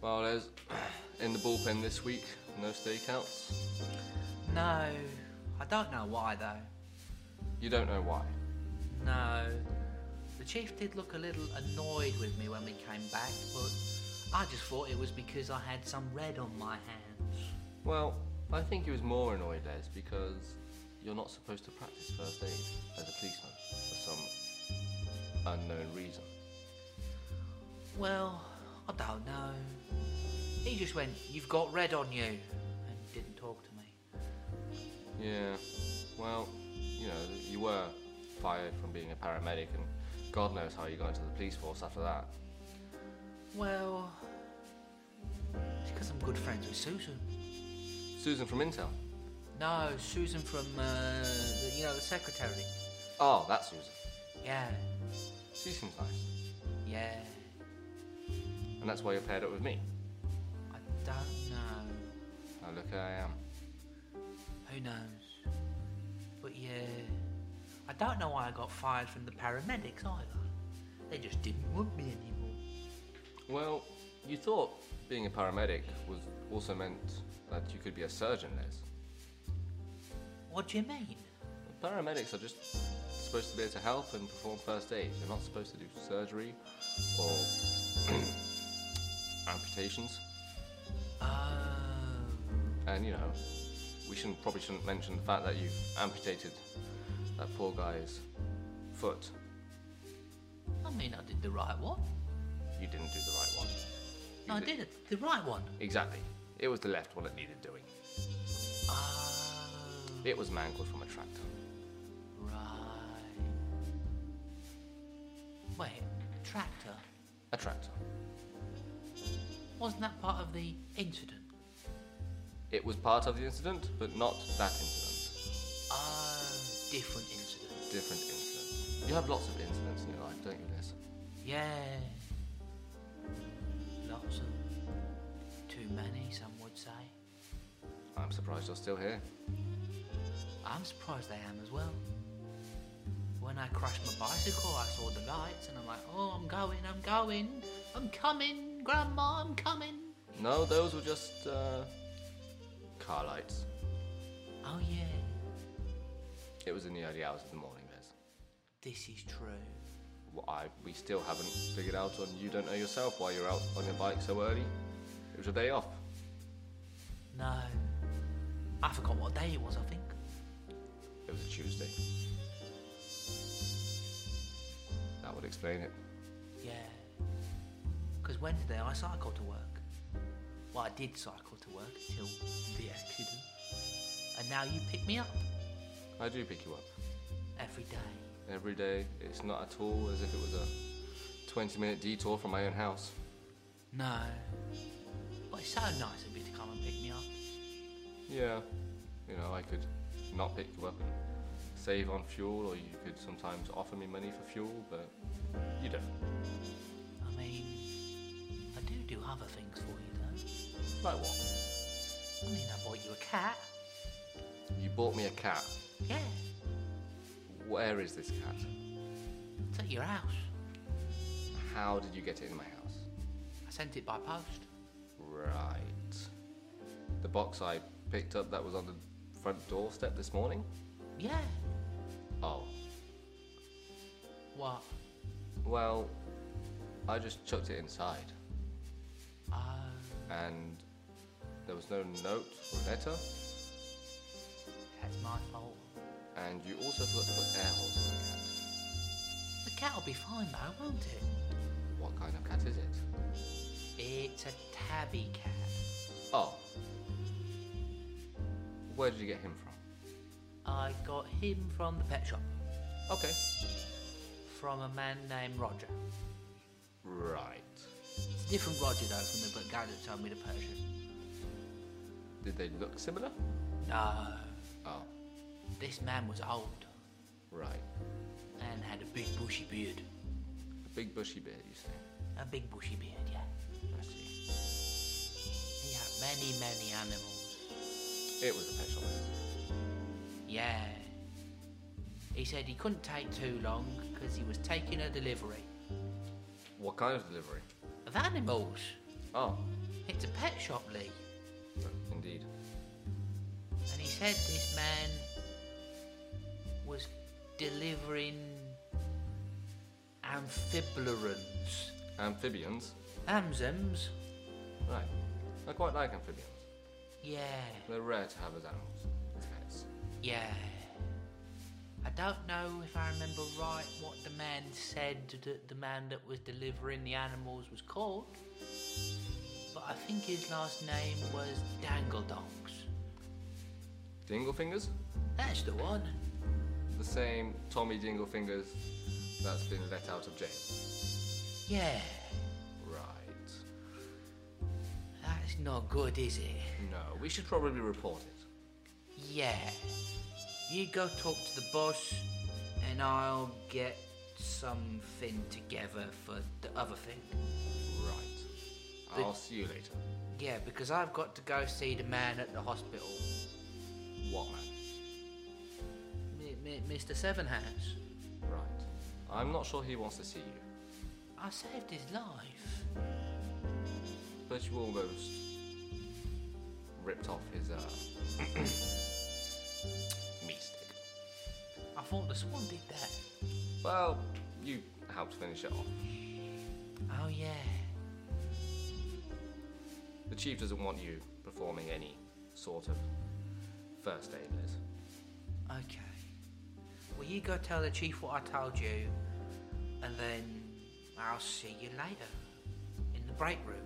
Barlow's in the bullpen this week. No stakeouts. No, I don't know why though. You don't know why. No. The chief did look a little annoyed with me when we came back, but I just thought it was because I had some red on my hands. Well, I think he was more annoyed, Les, because you're not supposed to practice first aid as a policeman for some unknown reason. Well, I don't know. He just went, You've got red on you, and didn't talk to me. Yeah. Well, you know, you were fired from being a paramedic, and God knows how you got into the police force after that. Well, it's because I'm good friends with Susan. Susan from Intel. No, Susan from, uh, the, you know, the secretary. Oh, that's Susan. Yeah, She seems nice. yeah. And that's why you're paired up with me. I don't know. Now look who I am. Who knows? But yeah, I don't know why I got fired from the paramedics either. They just didn't want me anymore. Well, you thought being a paramedic was also meant that you could be a surgeon, Les. What do you mean? Paramedics are just supposed to be able to help and perform first aid. They're not supposed to do surgery or amputations. Oh. And you know, we shouldn't probably shouldn't mention the fact that you've amputated that poor guy's foot. I mean, I did the right one. You didn't do the right one. You No, I Oh, did it. The right one. Exactly. It was the left one that needed doing. Oh, It was mangled from a tractor. right. Wait, tractor. A tractor. Wasn't that part of the incident? It was part of the incident, but not that incident. Oh, different incident. Different incident. You have lots of incidents in your life, don't you, Liz? Yeah. Lots of. Too many, some would say. I'm surprised you're still here. I'm surprised I am as well. When I crashed my bicycle, I saw the lights and I'm like, oh, I'm going, I'm going, I'm coming, Grandma, I'm coming. No, those were just uh, car lights. Oh, yeah, It was in the early hours of the morning, Liz. this is true. Wh- I, we still haven't figured out on you don't know yourself why you're out on your bike so early. It was your day off. No. I forgot what day it was, I think. It was a Tuesday. That would explain it. Yeah. Because Wednesday I cycled to work. Well, I did cycle to work till the accident. And now you pick me up I do pick you up every day. every day. It's not at all as if it was a 20 minute detour from my own house. No. But it's so nice of you to come and pick me up. Yeah, you know, I could not pick you up and save on fuel, or you could sometimes offer me money for fuel, but you don't. I mean, I do do other things for you, Like what? though. I mean, I bought you a cat. You bought me a cat. Yeah, Where is this cat? it's at your house. How did you get it in my house? I sent it by post. Right. The box I picked up that was on the front doorstep this morning? Yeah. Oh. What? Well, I just chucked it inside Oh, and there was no note or letter, that's my fault. and you also forgot to put air holes on the cat. The cat will be fine, though, won't it? What kind of cat is it? It's a tabby cat. Oh. Where did you get him from? I got him from the pet shop Okay. from a man named Roger. Right. It's a different Roger, though, from the guy that told me the Persian. Did they look similar? No, Oh, Uh, this man was old right. and had a big bushy beard. A big bushy beard, you say? A big bushy beard, yeah. I see. He had many, many animals. It was a pet shop. visit. Yeah. He said he couldn't take too long because he was taking a delivery What kind of delivery? of animals. Oh, It's a pet shop, Lee. Indeed. And he said this man was delivering amphibians. Amphibians. Amzems? Right. I quite like amphibians. Yeah, They're rare to have as animals, as pets. yeah. I don't know if I remember right what the man said that the man that was delivering the animals was called, but I think his last name was Dangledonks. Dinglefingers? That's the one. The same Tommy Dinglefingers that's been let out of jail. Yeah, Right. that's not good, is it? No, we should probably report it. Yeah. You go talk to the boss, and I'll get something together for the other thing. Right. The- I'll see you later. Yeah, because I've got to go see the man at the hospital, What man? M- M- Mr. Sevenhouse. Right. I'm not sure he wants to see you, I saved his life. but you almost ripped off his uh, meat stick. I thought the swan did that. Well, you helped finish it off. Oh, yeah. The chief doesn't want you performing any sort of first aid list. Okay. Well, you go tell the chief what I told you, and then I'll see you later. In the break room,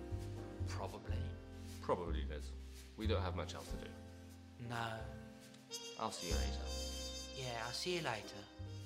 probably. Probably Liz. We don't have much else to do. No. I'll see you later. Yeah, I'll see you later.